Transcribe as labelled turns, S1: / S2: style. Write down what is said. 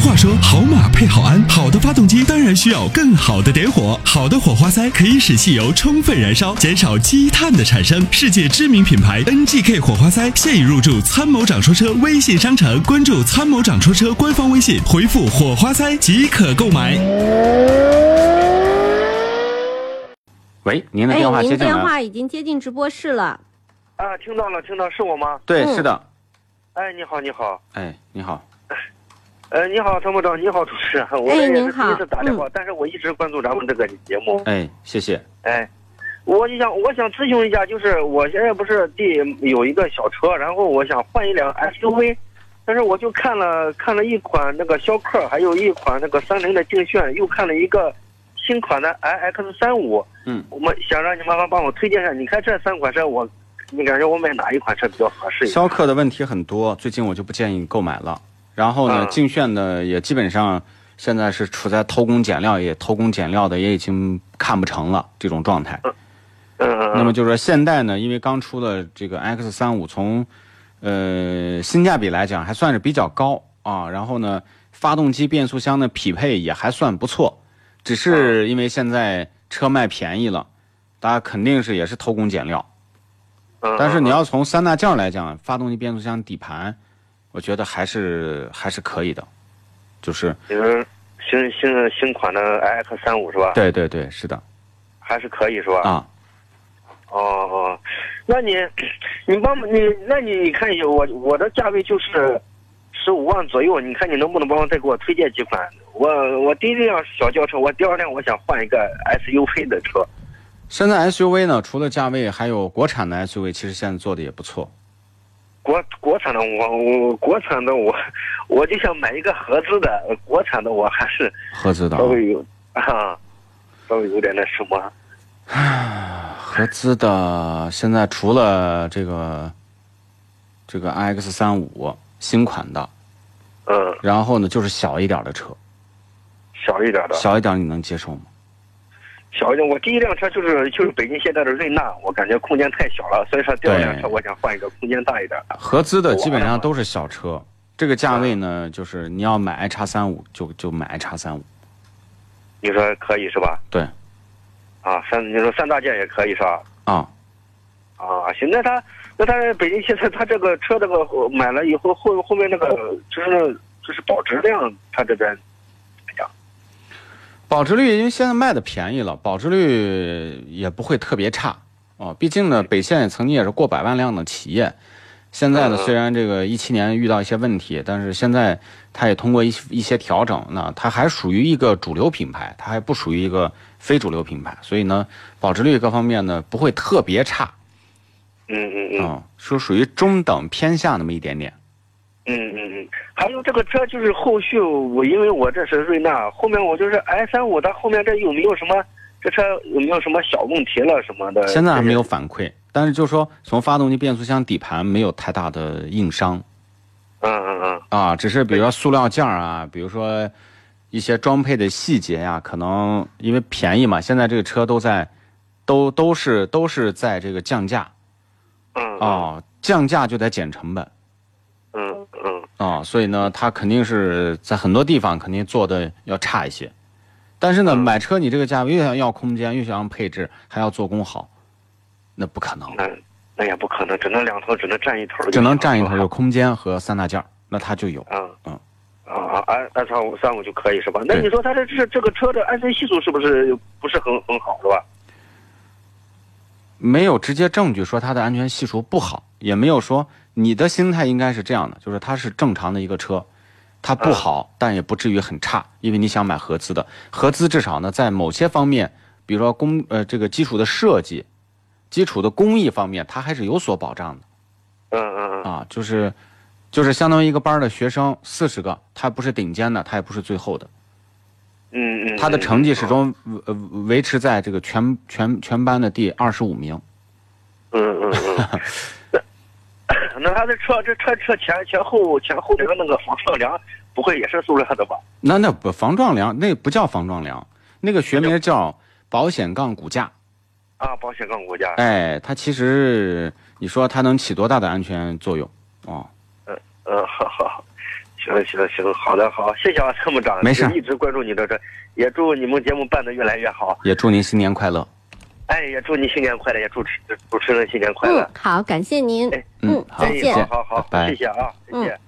S1: 话说，好马配好鞍，好的发动机当然需要更好的点火。好的火花塞可以使汽油充分燃烧，减少积碳的产生。世界知名品牌 NGK 火花塞现已入驻参谋长说车微信商城，关注参谋长说车官方微信，回复“火花塞”即可购买。
S2: 喂，您的
S3: 哎，
S2: 电话接
S3: 您
S2: 进来
S3: 电
S2: 了。
S3: 话已经接进直播室了。
S4: 啊，听到了，听到，是我吗？
S2: 对，
S3: 嗯
S2: 是的。
S4: 哎，你好，你好，
S2: 哎，你好。
S4: 呃，你好，参谋长，你好，主持人，我
S3: 哎
S4: 这也
S3: 您
S4: 是第
S3: 好嗯
S4: 一次打电话，但是我一直关注咱们这个节目，
S2: 哎，谢谢。
S3: 嗯
S4: 哎，我就想，我想咨询一下，就是我现在不是地有一个小车，然后我想换一辆 SUV，但是我就看了看了一款那个逍客，还有一款那个三菱的劲炫，又看了一个新款的 iX 三五，
S2: 嗯，
S4: 我们想让你麻烦帮我推荐一下，你看这三款车我，你感觉我买哪一款车比较合适一点？
S2: 逍客的问题很多，最近我就不建议购买了。然后呢，
S4: 嗯
S2: 劲炫呢也基本上现在是处在偷工减料，也偷工减料的也已经看不成了这种状态。
S4: 嗯嗯
S2: 那么
S4: 嗯
S2: 就是说，现代呢，因为刚出的这个 X 三五，从呃性价比来讲还算是比较高啊。然后呢，发动机、变速箱的匹配也还算不错，只
S4: 嗯
S2: 是因为现在车卖便宜了，大家肯定是也是偷工减料。
S4: 嗯，
S2: 但是你
S4: 嗯
S2: 要从三大件儿来讲，发动机、变速箱、底盘，我觉得还是还是可以的，就是
S4: 就是新新新款的 iX 三五是吧？，
S2: 对对对，是的
S4: 还是可以是吧？
S2: 啊，
S4: 哦哦，那你 你帮你那你你看我我的价位就是十五万左右，你看你能不能帮我再给我推荐几款？我我第一辆是小轿车，我第二辆我想换一个 SUV 的车。
S2: 现在 SUV 呢，除了价位，还有国产的 SUV，其实现在做的也不错。
S4: 国国产的我我国产的我 我就想买一个合资的，国产的我还是
S2: 合资的、啊
S4: 稍，微有啊，稍微有点那什么。
S2: 合资的现在除了这个这个 iX 三五新款的，
S4: 嗯，
S2: 然后呢就是小一点的车，
S4: 小一点的，
S2: 小一点你能接受吗？
S4: 小一点，我第一辆车就是就是北京现在的瑞纳，我感觉空间太小了，所以说第二辆车
S2: 对
S4: 我想换一个空间大一点的。
S2: 合资的基本上都是小车，这个价位呢，就是你要买 i 叉三五就就买 i 叉三五，
S4: 你说可以是吧？
S2: 对，
S4: 啊，三你说三大件也可以是吧？
S2: 啊，
S4: 啊，行，那他那他北京现在他这个车这个呃买了以后后后面那个就是就是保值量，他这边
S2: 保值率因为现在卖的便宜了，保值率也不会特别差哦。毕竟呢，北线曾经也是过百万辆的企业，现在呢
S4: 嗯
S2: 虽然这个一七年遇到一些问题，但是现在它也通过一一些调整，那它还属于一个主流品牌，它还不属于一个非主流品牌，所以呢，保值率各方面呢不会特别差
S4: 嗯嗯
S2: 啊、
S4: 嗯
S2: 说属于中等偏下那么一点点。
S4: 嗯嗯嗯，还有这个车就是后续我因为我这是瑞纳，后面我就是 i 三五，它后面这有没有什么这车有没有什么小问题了什么的？
S2: 现在还没
S4: 有。
S2: 有反馈，但是就说从发动机、变速箱、底盘没有太大的硬伤
S4: 嗯嗯嗯。
S2: 啊，只是比如说塑料件儿啊，比如说一些装配的细节呀、可能因为便宜嘛，现在这个车都在都都是都是在这个降价
S4: 嗯
S2: 啊，降价就得减成本
S4: 嗯嗯
S2: 啊，所以呢，它肯定是在很多地方肯定做的要差一些。但是呢，买车你这个价位又想要空间，又想要配置，还要做工好，那不可能。
S4: 那那也不可能，只能两头，只能占一头就行了，
S2: 只能占一头，有空间和三大件儿，那它就有。
S4: 嗯
S2: 嗯
S4: 嗯。啊，二二三五三五就可以是吧？那
S2: 对
S4: 你说它这这这个车的安全系数是不是不是很很好是吧？
S2: 没有直接证据说它的安全系数不好，也没有说你的心态应该是这样的，就是它是正常的一个车，它不好，但也不至于很差，因为你想买合资的，合资至少呢在某些方面，比如说工呃这个基础的设计、基础的工艺方面，它还是有所保障的
S4: 嗯嗯嗯
S2: 啊，就是就是相当于一个班儿的学生四十个，他不是顶尖的，他也不是最后的。
S4: 嗯嗯。
S2: 他的
S4: 嗯
S2: 成绩始。终呃维持在这个全全全班的第二十五名。
S4: 嗯 嗯嗯。嗯那那他的车这车车前前后前后这个那个防撞梁不会也是塑料的吧？
S2: 那那不防撞梁，那不叫防撞梁，那个学名叫保险杠骨架。
S4: 啊，保险杠骨架。
S2: 哎，它其实你说它能起多大的安全作用？哦，
S4: 嗯，好好。好行，行了，行了，行了，好的，好，谢谢啊，参谋长，
S2: 没事
S4: 一直关注你的这，也祝你们节目办得越来越好，
S2: 也祝您新年快乐。
S4: 哎，也祝你新年快乐，也祝主主持人新年快乐
S3: 嗯，，好，感谢您。
S4: 哎
S3: 嗯，
S2: 好
S3: 再
S4: 哎，
S3: 见。
S4: 好好好，
S2: 拜拜
S4: 谢谢啊，谢谢。
S3: 嗯